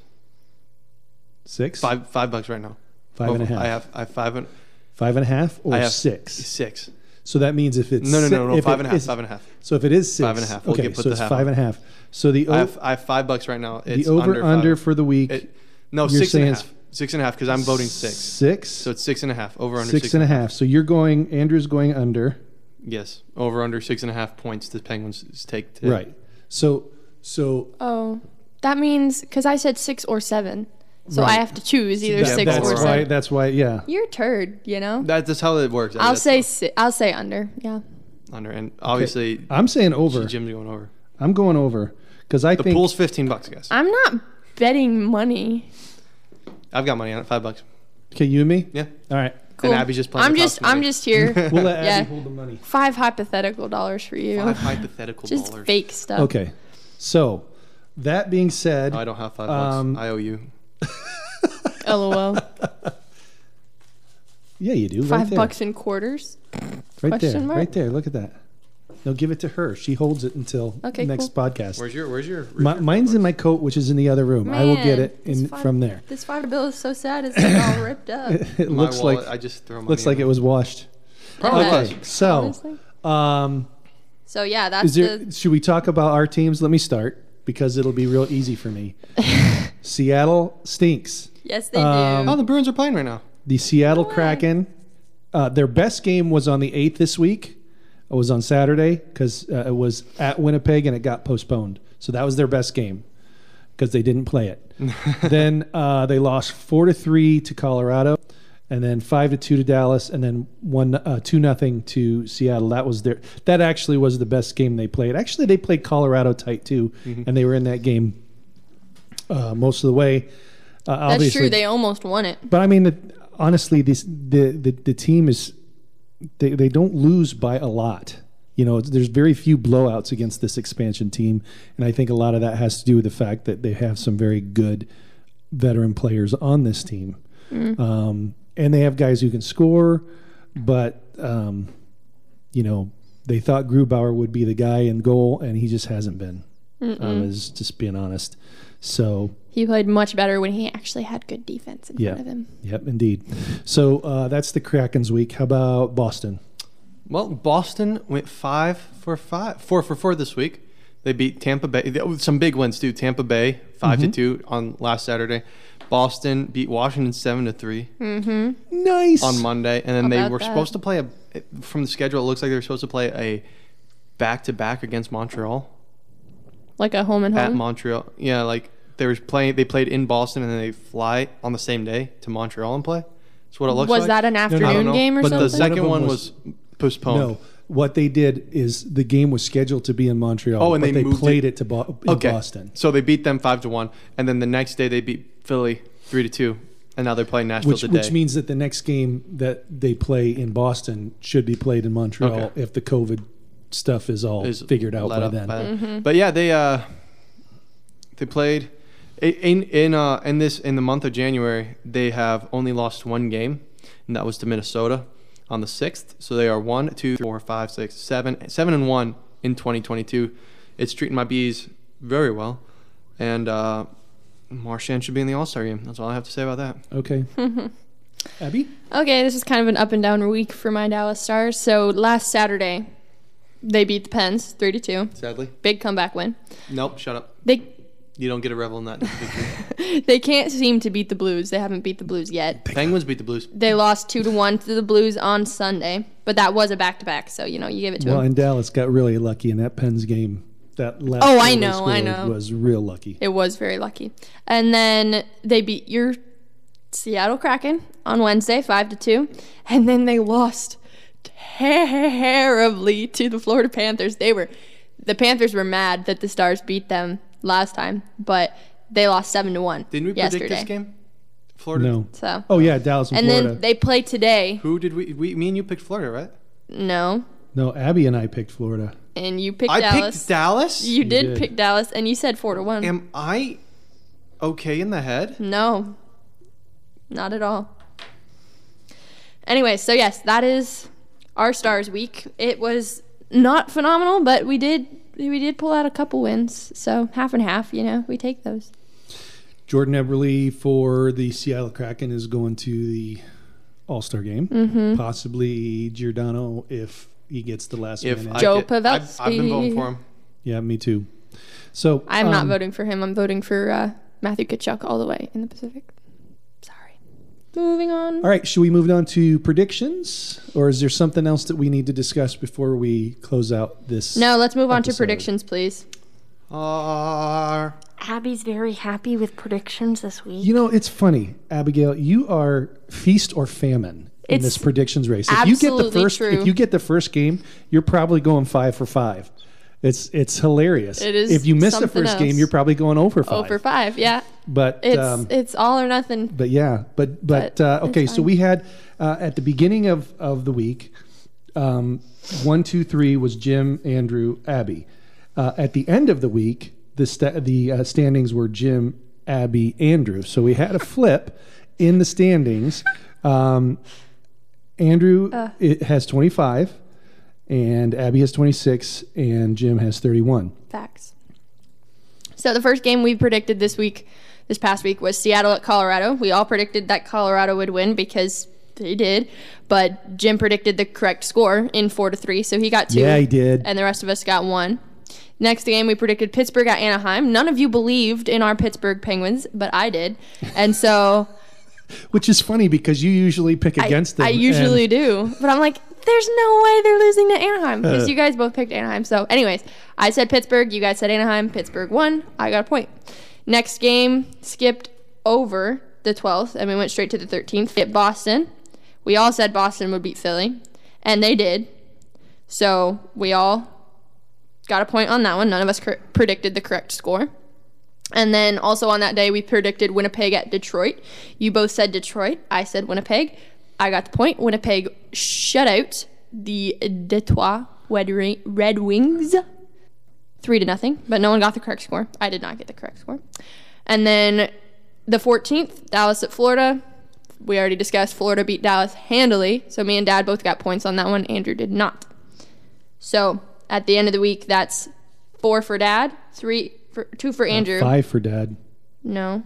C: six,
B: Five five bucks right now.
C: Five and a
B: Over-
C: half.
B: I have I have five and
C: five and a half, or
B: I have
C: six.
B: six.
C: So that means if it's
B: No no
C: si-
B: no no
C: if
B: five
C: it
B: and a half
C: is-
B: five and a half.
C: So if it is six,
B: Five and a half. We'll
C: okay,
B: get- put
C: so
B: the
C: it's
B: half
C: five
B: on.
C: and a half. So the
B: I
C: o-
B: have I have five bucks right now. It's
C: the over
B: under, five.
C: under for the week
B: It- no
C: you're
B: six and a
C: saying
B: half. Six and a half because I'm voting six.
C: six,
B: So it's six and a half. Over under
C: six and a half. So you're going. Andrew's going under.
B: Yes, over under six and a half points. The Penguins take to
C: Right. So so
A: Oh, that means because I said six or seven, so I
C: Right.
A: have to choose either
C: that-
A: six
C: that's
A: or
B: right.
C: why
A: seven.
C: that's why yeah.
A: You're a turd, you know.
B: That, that's how it works.
A: I'll
B: That's
A: say si- I'll say under. Yeah.
B: under, and obviously
C: I'm saying over.
B: Jim's going over.
C: I'm going over because I
B: The
C: think
B: pool's fifteen bucks, guys.
A: I'm not betting money.
B: I've got money on it, five bucks.
C: okay, you and me.
B: Yeah,
C: All right,
A: Cool.
B: Abby's just playing
A: I'm
B: with
A: just
B: house money.
A: I'm just here.
C: we'll let
A: Yeah.
C: Abby hold the money.
A: Five hypothetical dollars for you.
B: five hypothetical
A: just
B: dollars.
A: fake stuff.
C: Okay. So, that being said,
B: No, I don't have five
C: Um,
B: bucks. I owe you.
A: LOL.
C: yeah, you do. right
A: Five
C: there.
A: bucks in quarters.
C: Right there.
A: question mark?
C: Right there. Look at that. No, give it to her. She holds it until
A: Okay,
C: next podcast.
B: Where's your Where's your?
C: Mi- mine's in my coat, which is in the other room. I will get
A: Man,
C: it
A: this
C: in
A: five-
C: from there.
A: This five bill is so sad. It's like all ripped up.
C: It
B: my
C: looks
B: wallet.
C: like
B: I just throw money.
C: looks like
B: in
C: it was washed.
B: Probably
A: Okay.
B: was.
C: So,
A: Honestly.
C: um,
A: So yeah, that's
C: is there?
A: the
C: Should we talk about our teams? Let me start because it'll be real easy for me. Seattle stinks.
A: Yes, they
C: Um,
B: Oh,
A: do.
B: the Bruins are playing right now.
C: The Seattle Kraken. Uh, their best game was on the eighth this week. It was on Saturday because uh, it was at Winnipeg and it got postponed. So that was their best game because they didn't play it. then uh, they lost four to three to Colorado, and then five to two to Dallas, and then one uh, two nothing to Seattle. That was their. That actually was the best game they played. Actually, they played Colorado tight too,
A: Mm-hmm.
C: and they were in that game uh, most of the way. Uh,
A: That's
C: obviously-
A: true. They almost won it.
C: but I mean, the, honestly, this the, the the team is they they don't lose by a lot. You know, there's very few blowouts against this expansion team, and I think a lot of that has to do with the fact that they have some very good veteran players on this team, um, and they have guys who can score. But um, you know, they thought Grubauer would be the guy in goal, and he just hasn't been. Um, is just being honest. So
A: He played much better when he actually had good defense in
C: Yeah.
A: front of him.
C: Yep, indeed. So uh, that's the Kraken's week. How about Boston?
B: Well, Boston went five for five, four for four this week. They beat Tampa Bay. they- oh, Some big wins too. Tampa Bay 5
C: Mm-hmm.
B: to two on last Saturday. Boston beat Washington seven to three
C: Nice.
B: on Monday, and then they
A: Hmm. About
B: were
A: that.
B: supposed to play a. From the schedule, it looks like they were supposed to play a back to back against Montreal
A: Like a home and
B: at
A: home.
B: Montreal. Yeah, like they were playing. They played in Boston, and then they fly on the same day to Montreal and play. That's what it looks
A: was
B: like.
A: that an
C: no, no.
B: I don't
A: afternoon
B: know,
A: game or
B: but
A: something?
B: the second
C: One of
B: one
C: them
B: was postponed.
C: no, what they did is the game was scheduled to be in Montreal.
B: Oh, and
C: but
B: they
C: they,
B: moved
C: played
B: it-
C: it, to Bo- in Boston.
B: So they beat them five to one, and then the next day they beat Philly three to two, and now they're playing Nashville
C: Which,
B: today.
C: which means that the next game that they play in Boston should be played in Montreal
B: Okay.
C: if the COVID stuff is all
B: Is
C: figured out
B: let
C: by
B: up
C: then.
B: But yeah, they uh, they played i- in in uh, in this in the month of January. They have only lost one game, and that was to Minnesota on the sixth. So they are one, two, three, four, five, six, seven, seven and one in 2022. It's treating my bees very well, and uh, Marchand should be in the All Star game. That's all I have to say about that.
C: Okay. Abby?
A: Okay, this is kind of an up and down week for my Dallas Stars. So last Saturday, they beat the Pens three to two.
B: Sadly,
A: Big comeback win.
B: nope. Shut up.
A: They
B: You don't get a revel in that.
A: they can't seem to beat the Blues. They haven't beat the Blues yet.
B: Penguins beat the Blues.
A: They lost two to one to the Blues on Sunday, but that was a back to back. So you know you give it to
C: Well,
A: them.
C: and Dallas got really lucky in that Pens game. That last
A: Oh,
C: goal
A: I
C: they
A: know, I
C: scored
A: know.
C: was real lucky.
A: It was very lucky. And then they beat your Seattle Kraken on Wednesday, five to two, and then they lost terribly to the Florida Panthers. They were the Panthers were mad that the Stars beat them last time, but they lost seven to one
B: Didn't we
A: yesterday.
B: predict this game? Florida.
C: No.
A: So
C: Oh yeah, Dallas and,
A: and
C: Florida.
A: then they play today.
B: Who did we? We, me and you picked Florida, right?
A: No,
C: no, Abby and I picked Florida.
A: and you picked
B: I
A: Dallas.
B: picked Dallas.
A: you did,
C: did.
A: pick Dallas, and you said four to one.
B: Am I okay in the head?
A: No, not at all. Anyway, so yes, that is our Stars week. It was not phenomenal, but we did we did pull out a couple wins. So half and half, you know, we take those.
C: Jordan Eberle for the Seattle Kraken is going to the All Star game.
A: Mm-hmm.
C: Possibly Giordano if he gets the last
B: If
C: minute.
B: I
A: Joe
B: get- I've, I've been voting
A: Pavelski.
B: for him.
C: yeah, me too. So
A: I'm not
C: um,
A: voting for him. I'm voting for uh, Matthew Kachuk all the way in the Pacific. Sorry. Moving on.
C: All right, should we move on to predictions, or is there something else that we need to discuss before we close out this?
A: No, let's move on to
C: Episode.
A: predictions, please.
B: Arr.
D: Abby's very happy with predictions this week.
C: You know, it's funny, Abigail. You are feast or famine in
A: It's
C: this predictions race. If you get the
A: absolutely
C: first,
A: true.
C: if you get the first game, you're probably going five for five. It's it's hilarious.
A: It is
C: If you miss the
A: something
C: first game,
A: else.
C: you're probably going over five.
A: Over Oh five, yeah.
C: But
A: It's
C: um,
A: it's all or nothing.
C: but yeah, but but,
A: But
C: uh,
A: it's
C: okay. So
A: fine.
C: we had uh, at the beginning of of the week, um, one, two, three was Jim, Andrew, Abby. Uh, at the end of the week, the sta- the uh, standings were Jim, Abby, Andrew. So we had a flip in the standings. Um, Andrew
A: Uh.
C: it has twenty five, and Abby has twenty six, and Jim has thirty one.
A: Facts. So the first game we predicted this week, this past week, was Seattle at Colorado. We all predicted that Colorado would win because they did, but Jim predicted the correct score in four to three, so he got two.
C: Yeah, he did.
A: And the rest of us got one. Next game, we predicted Pittsburgh at Anaheim. None of you believed in our Pittsburgh Penguins, but I did. And so
C: Which is funny because you usually pick
A: I-
C: against them.
A: I usually
C: and
A: do, but I'm like, there's no way they're losing to Anaheim because you guys both picked Anaheim. So, anyways, I said Pittsburgh, you guys said Anaheim. Pittsburgh won. I got a point. Next game skipped over the 12th, and we went straight to the 13th. Hit Boston. We all said Boston would beat Philly, and they did. So we all got a point on that one. None of us cor- predicted the correct score. And then also on that day, we predicted Winnipeg at Detroit. You both said Detroit. I said Winnipeg. I got the point. Winnipeg shut out the Detroit Red, Ri- Red Wings three to nothing, but no one got the correct score. I did not get the correct score. And then the 14th, Dallas at Florida. We already discussed Florida beat Dallas handily. So me and Dad both got points on that one. Andrew did not. So at the end of the week, that's four for Dad, three for two for Andrew.
C: Five for dad.
A: No.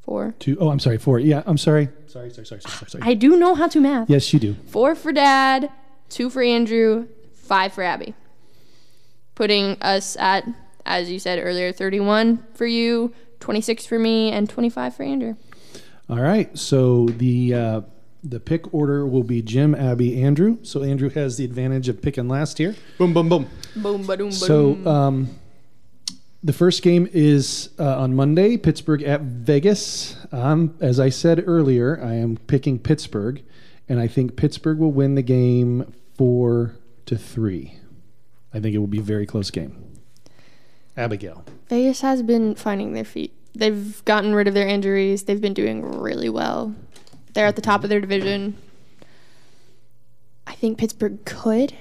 A: Four.
C: Two oh, I'm sorry. Four. Yeah, I'm sorry. Sorry, sorry, sorry, sorry, sorry. sorry.
A: I do know how to math.
C: yes, you do.
A: Four for Dad, two for Andrew, five for Abby. Putting us at, as you said earlier, 31 for you, 26 for me, and 25 for Andrew.
C: All right. So the uh, the pick order will be Jim, Abby, Andrew. So Andrew has the advantage of picking last here.
B: Boom, boom, boom.
A: Boom, ba doom, ba
C: So um, the first game is uh, on Monday, Pittsburgh at Vegas. Um, as I said earlier, I am picking Pittsburgh, and I think Pittsburgh will win the game four to three. I think it will be a very close game. Abigail.
A: Vegas has been finding their feet. They've gotten rid of their injuries. They've been doing really well. They're at the top of their division. I think Pittsburgh could.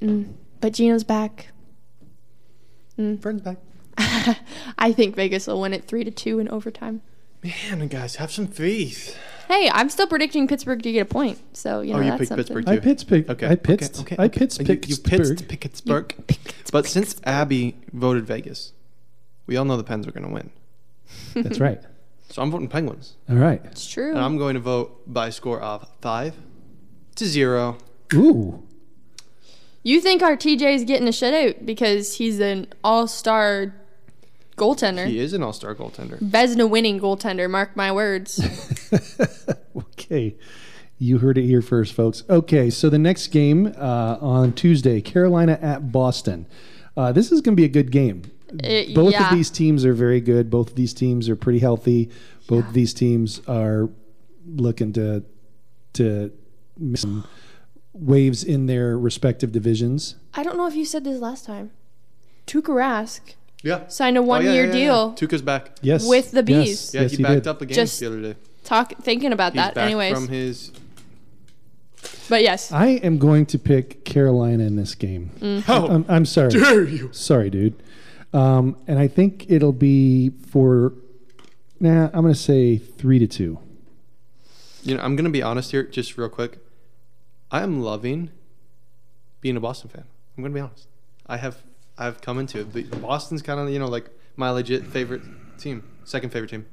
A: Mm, but Gino's back.
B: Friends back.
A: I think Vegas will win it 3 to 2 in overtime.
B: Man, guys, have some faith.
A: Hey, I'm still predicting Pittsburgh to get a point. So, you know,
B: oh, you
A: that's
B: picked
A: something.
B: Pittsburgh too.
C: I pitts pick.
B: Okay.
C: I pitts.
B: Okay.
C: I
B: okay.
C: pitts
B: You-
C: picked
B: You
C: Pittsburgh.
B: pitched Pittsburgh. But since Abby voted Vegas, we all know the Pens are going to win.
C: That's right.
B: So I'm voting Penguins.
C: All right.
A: It's true.
B: And I'm going to vote by score of five to zero.
C: Ooh.
A: you think our TJ's getting a shutout because he's an all star goaltender.
B: He is an all star goaltender.
A: Vesna winning goaltender, mark my words.
C: Okay. You heard it here first, folks. Okay, so the next game uh, on Tuesday, Carolina at Boston. Uh, this is going to be a good game.
A: It-
C: Both
A: yeah.
C: of these teams are very good. Both of these teams are pretty healthy. Both of these teams are looking to to make some waves in their respective divisions.
A: I don't know if you said this last time. Tuukka Rask
B: Oh, Yeah.
A: signed a one year deal.
B: Tuca's back.
C: Yes,
A: With the
C: Yes.
A: bees.
B: Yeah,
C: yes,
B: he,
C: he,
B: backed
C: did.
B: up again
A: Just-
B: the other day. He's
A: Talk thinking about that,
B: back
A: anyways.
B: from Uh, his.
A: but yes,
C: I am going to pick Carolina in this game.
A: Mm.
B: How
C: I'm, I'm sorry.
B: dare you?
C: Sorry, dude. Um, and I think it'll be for. Nah, I'm gonna say three to two.
B: You know, I'm going to be honest here, just real quick. I am loving being a Boston fan. I'm going to be honest. I have I've come into it. But Boston's kind of, you know, like my legit favorite team, second favorite team.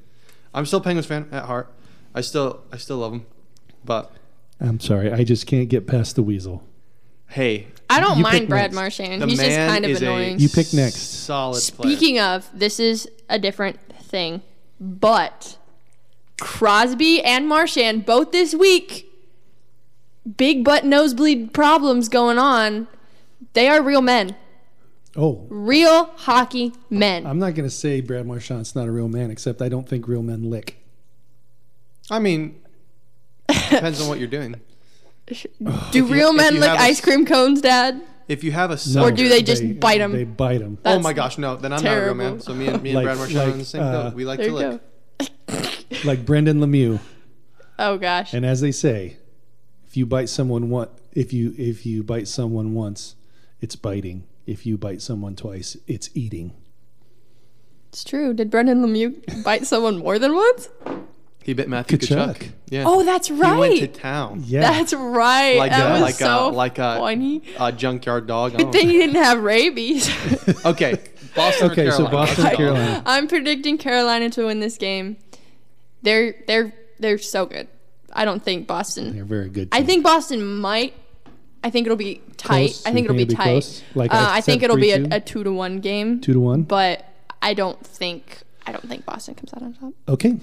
B: I'm still a Penguins fan at heart. I still I still love them. But
C: I'm sorry, I just can't get past the weasel.
B: hey,
A: I don't
C: you
A: mind
C: pick
A: Brad
C: next.
A: Marchand.
B: the
A: He's just
B: man
A: kind of
B: is a
A: annoying.
C: You pick next.
B: Solid player.
A: Speaking of, this is a different thing, but Crosby and Marchand both this week, big butt nosebleed problems going on. They are real men,
C: Oh,
A: real hockey men.
C: I'm not gonna say Brad Marchand's not a real man, except I don't think real men lick.
B: I mean, depends on what you're doing.
A: Do
B: you-
A: real
B: if
A: men
B: you
A: lick
B: have a-
A: ice cream cones, Dad?
B: If you have a
A: Or
B: son,
A: do they just bite 'em?
C: They bite them.
B: oh
A: That's-
B: my gosh, no, then I'm not a real
A: terrible.
B: man. So me and me and
C: Like-
B: Brad Marchand are
C: like,
B: in the same
C: uh,
B: boat. We like
A: There
B: to
A: you
B: lick.
A: go.
C: Like Brendan Lemieux.
A: Oh gosh.
C: And as they say, if you bite someone one, if you if you bite someone once, it's biting. If you bite someone twice, it's eating.
A: It's true. Did Brendan Lemieux bite someone more than once?
B: He bit Matthew
C: Kachuk.
B: Kachuk. Yeah.
A: Oh, that's
B: He went to
A: right.
B: town.
C: Yeah.
A: That's right.
B: Like
A: that
B: a
A: was
B: like
A: so
B: a like a,
A: funny.
B: a junkyard dog. I
A: Good
B: don't
A: thing
B: know.
A: he didn't have rabies.
B: Okay, Boston.
C: okay,
B: or
C: so
B: Carolina?
C: Boston, Carolina.
A: I'm predicting Carolina to win this game. They're they're they're so good. I don't think Boston.
C: They're very good.
A: I
C: team.
A: think Boston might. I I think it'll be tight.
C: Close?
A: I
C: You
A: think it'll be, tight.
C: close? Like
A: uh,
C: I
A: I think
C: said,
A: it'll be a,
C: 3-2?
A: a two to one game.
C: Two to one.
A: But I don't think I don't think Boston comes out on top.
C: okay.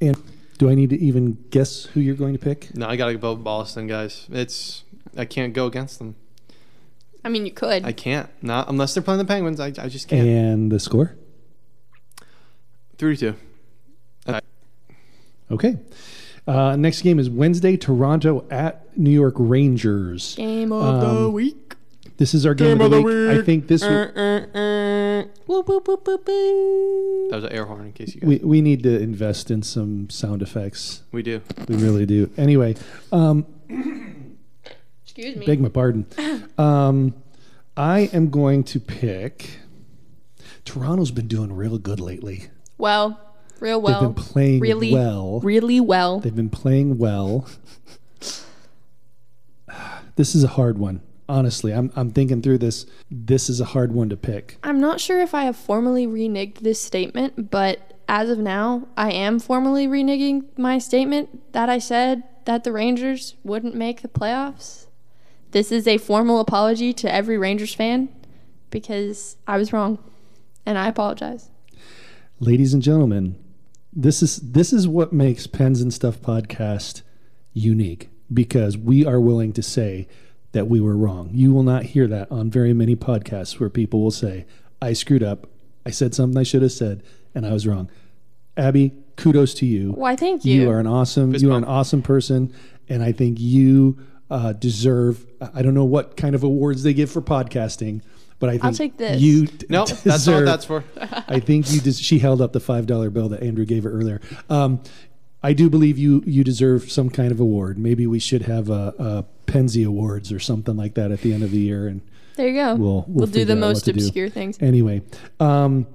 C: And do I need to even guess who you're going to pick?
B: No, I gotta vote Boston, guys. It's I can't go against them.
A: I mean, you could.
B: I can't. Not unless they're playing the Penguins. I, I just can't.
C: And the score?
B: Three to two.
C: Okay. Uh, next game is Wednesday, Toronto at New York Rangers.
A: game of
B: Oh,
C: Um,
B: week.
C: This is our game, of the, week. I think this
B: Er. Uh, That was an air horn in case you guys.
C: we, we need to invest in some sound effects.
B: we do.
C: We really do. Anyway, um,
A: Excuse me.
C: beg my pardon. Um, I am going to pick. Toronto's been doing real good lately.
A: well, real
C: They've
A: well.
C: been playing
A: really
C: well.
A: Really well.
C: They've been playing well. this is a hard one. Honestly, I'm I'm thinking through this. This is a hard one to pick.
A: I'm not sure if I have formally reneged this statement, but as of now, I am formally reneging my statement that I said that the Rangers wouldn't make the playoffs. This is a formal apology to every Rangers fan because I was wrong and I apologize.
C: Ladies and gentlemen, this is this is what makes Pens and Stuff podcast unique because we are willing to say that we were wrong. You will not hear that on very many podcasts where people will say, "I screwed up. I said something I should have said and I was wrong." Abby, kudos to you.
A: Why, thank you.
C: you are an awesome you are an awesome person and i think you uh, deserve i don't know what kind of awards they give for podcasting but i think
A: take this.
C: you d-
B: No,
C: deserve,
B: that's not what that's for.
C: i think you des- she held up the five dollar bill that andrew gave her earlier um, i do believe you you deserve some kind of award maybe we should have a, a penzi awards or something like that at the end of the year and
A: There you go.
C: We'll- we'll
A: do
C: figure
A: the
C: out what
A: most
C: to do.
A: obscure things.
C: anyway um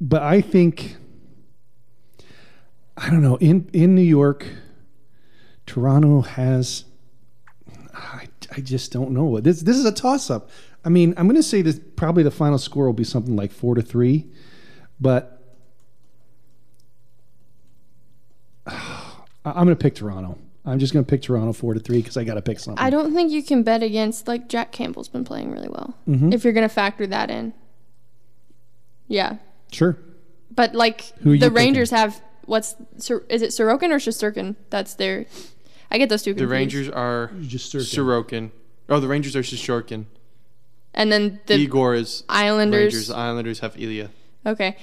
C: but i think i don't know in in new york toronto has i, I just don't know what this this is a toss up i mean i'm going to say this probably the final score will be something like 4 to 3 but I- i'm going to pick toronto i'm just going to pick toronto 4 to 3 cuz i got to pick something
A: I don't think you can bet against, like, Jack Campbell's been playing really well
C: Mm-hmm.
A: if you're going to factor that in. Yeah,
C: sure
A: But like
C: Who are you
A: the
C: picking?
A: Rangers have what's Sor- is it Sorokin or Shostakin? That's their. I get those two.
B: The
A: Confused.
B: Rangers are
C: just
B: Sorokin. Oh, the Rangers are Shishorkin.
A: and then the
B: Igor is
A: Islanders.
B: Rangers. uh, Islanders have Ilya.
A: Okay.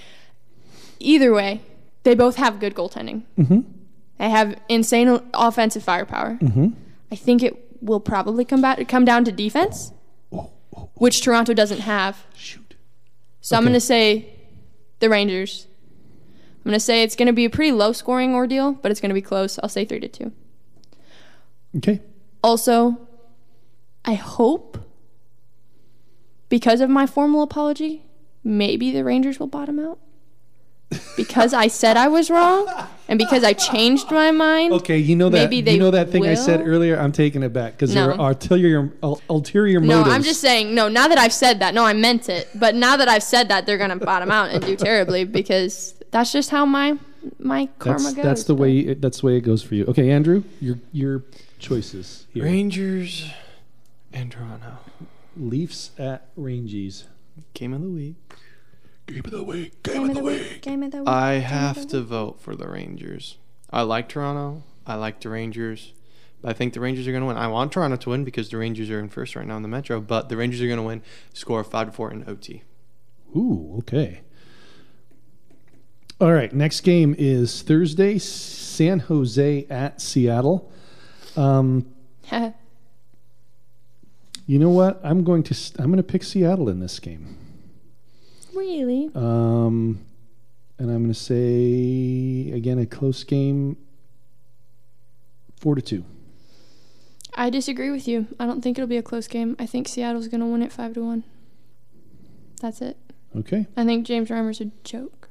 A: Either way, they both have good goaltending. Mm-hmm. They have insane offensive firepower. Mm-hmm. I think it will probably come back come down to defense, which Toronto doesn't have.
C: shoot
A: So I'm
C: Okay.
A: going to say the Rangers. I'm going to say it's going to be a pretty low scoring ordeal, but it's going to be close. I'll say three to two.
C: okay
A: Also, I hope because of my formal apology, maybe the Rangers will bottom out. Because I said I was wrong and because I changed my mind.
C: Okay, you know that
A: Maybe they
C: you know that thing I said
A: will?
C: earlier. I'm taking it back because there
A: No.
C: are ulterior ul- ulterior
A: No,
C: motives.
A: I'm just saying, no, now that I've said that, no, I meant it. But now that I've said that, they're going to bottom out and do terribly because that's just how my my karma
C: that's,
A: goes.
C: that's the way it, that's the way it goes for you. Okay, Andrew, your your choices here:
B: Rangers and Toronto.
C: Leafs at Rangies.
B: Game of the week.
C: Game of the week.
A: Game of the week, game of the week.
C: Uh,
B: I have to vote for the Rangers. I like Toronto. I like the Rangers. But I think the Rangers are going to win. I want Toronto to win because the Rangers are in first right now in the Metro. But the Rangers are going to win. Score five to four in OT.
C: Ooh, okay. All right, next game is Thursday, San Jose at Seattle. Um, you know what? I'm going to st- I'm going to pick Seattle in this game.
A: really?
C: Um, and I'm going to say again a close game, four to two.
A: I disagree with you. I don't think it'll be a close game. I think Seattle's going to win it 5 to 1. That's it.
C: Okay.
A: I think James Reimer's a joke.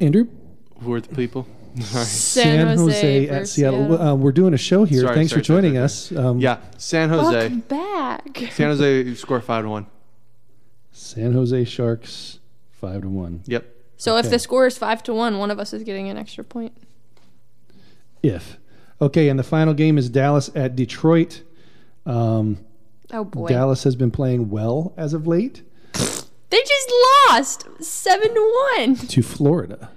C: Andrew,
B: Who are the people? Sorry.
A: San Jose
C: at
A: versus
C: Seattle.
A: Seattle.
C: Uh, we're doing a show here.
B: Sorry,
C: Thanks
B: sorry,
C: for joining
B: sorry,
C: us. Um,
B: Yeah, San Jose.
A: Welcome back.
B: San Jose score five to one.
C: San Jose Sharks, five to one.
B: Yep.
A: So if
C: Okay.
A: the score is 5 to 1, one of us is getting an extra point.
C: If. Okay, and the final game is Dallas at Detroit. Um,
A: Oh boy.
C: Dallas has been playing well as of late
A: They just lost seven to one.
C: to Florida.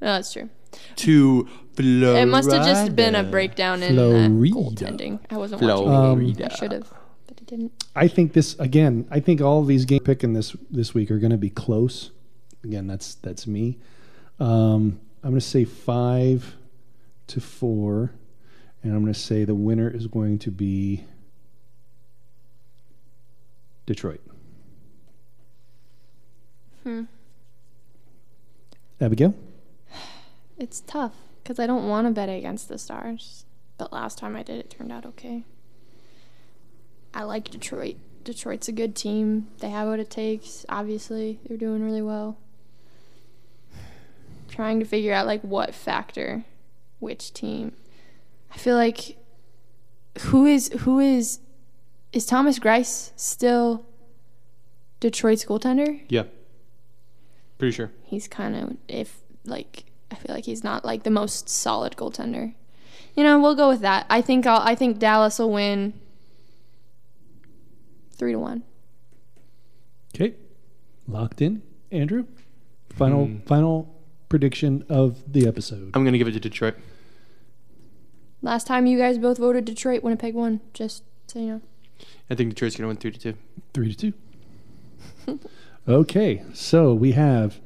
A: No, that's true.
B: To Florida.
A: It must have just been a breakdown in uh,
C: Florida.
A: goaltending. I wasn't watching.
B: Florida.
A: I should have, but I didn't.
C: I think this again. I think all these game picking this this week are going to be close. Again, that's that's me. Um, I'm going to say five to four, and I'm going to say the winner is going to be Detroit. Abigail,
A: It's tough because I don't want to bet against the Stars, but last time I did, it turned out okay. I like Detroit. Detroit's a good team. They have what it takes. Obviously, they're doing really well. Trying to figure out like what factor, which team. I feel like who is who is is Thomas Grice still Detroit's goaltender?
B: Yeah. Pretty sure.
A: he's kind of if like I feel like he's not like the most solid goaltender. You know, we'll go with that. I think I'll, I think Dallas will win three to one.
C: okay, locked in. Andrew, final final prediction of the episode.
B: I'm going to give it to Detroit.
A: Last time you guys both voted Detroit, Winnipeg won. Just so you know,
B: I think Detroit's going to win 3 to 2.
C: Three to two. okay, so we have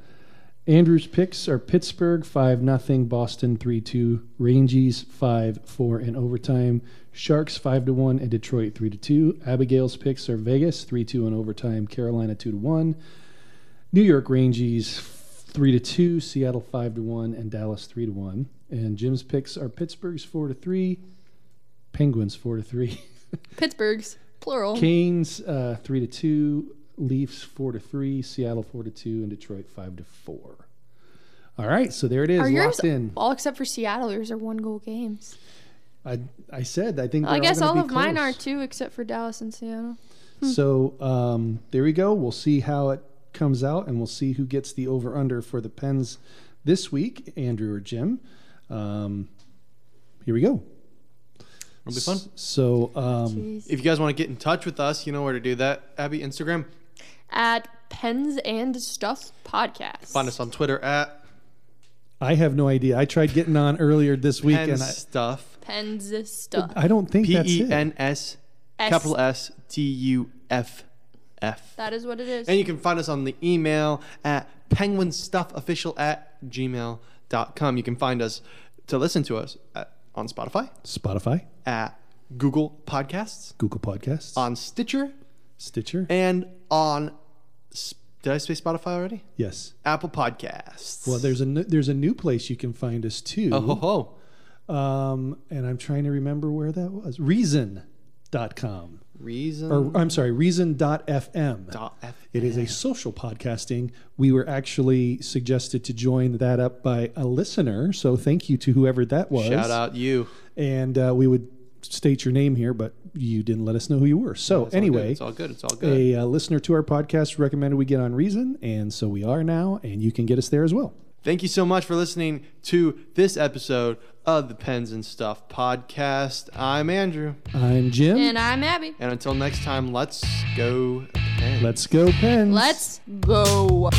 C: Andrew's picks are Pittsburgh five nothing, Boston three two, Rangies five four in overtime, Sharks five to one, and Detroit three to two. Abigail's picks are Vegas three two in overtime, Carolina two to one, New York Rangies three to two, Seattle five to one, and Dallas three to one. And Jim's picks are Pittsburgh's four to three, Penguins four to three.
A: Pittsburgh's plural.
C: Canes uh, three to two, Leafs four to three, Seattle four to two, and Detroit five to four. All right, so there it is,
A: Are yours
C: locked in.
A: all except for Seattle? Yours are one goal games.
C: I I said I think.
A: I
C: they're
A: guess
C: gonna
A: all
C: be
A: of mine are
C: close.
A: too, except for Dallas and Seattle.
C: So um, there we go. We'll see how it comes out, and we'll see who gets the over under for the Pens this week, Andrew or Jim. Um, here we go.
B: It'll be fun.
C: S- So um,
B: If you guys want to get in touch with us, you know where to do that. Abby, Instagram.
A: At Pens and Stuff podcast.
B: Find us on Twitter at
C: I have no idea. I tried getting on earlier this week,
B: Pen
C: and I,
B: Stuff.
A: Pens stuff.
C: I don't think
B: P
C: that's
B: E
C: it.
B: N S
A: S.
B: capital S T U F F.
A: That is what it is.
B: And you can find us on the email at penguinstuffofficial at gmail.com. You can find us to listen to us at, on Spotify,
C: Spotify,
B: at Google Podcasts,
C: Google Podcasts,
B: on Stitcher,
C: Stitcher.
B: and on. S- Did I say Spotify already?
C: yes.
B: Apple Podcasts.
C: Well, there's a n- there's a new place you can find us too.
B: Oh, ho, ho.
C: Um, and I'm trying to remember where that was. Reason.com.
B: Reason.
C: Or I'm sorry, reason.fm.
B: dot F-
C: It is a social podcasting. We were actually suggested to join that up by a listener. So thank you to whoever that was.
B: Shout out you.
C: And uh, we would state your name here, but you didn't let us know who you were. So
B: It's all good,
C: anyway,
B: it's all good. It's all good.
C: a uh, listener to our podcast recommended we get on Reason, and so we are now, and you can get us there as well.
B: Thank you so much for listening to this episode of the Pens and Stuff podcast. I'm Andrew.
C: I'm Jim.
A: and I'm Abby.
B: And until next time, let's go Pens.
C: Let's go, Pens.
A: Let's go.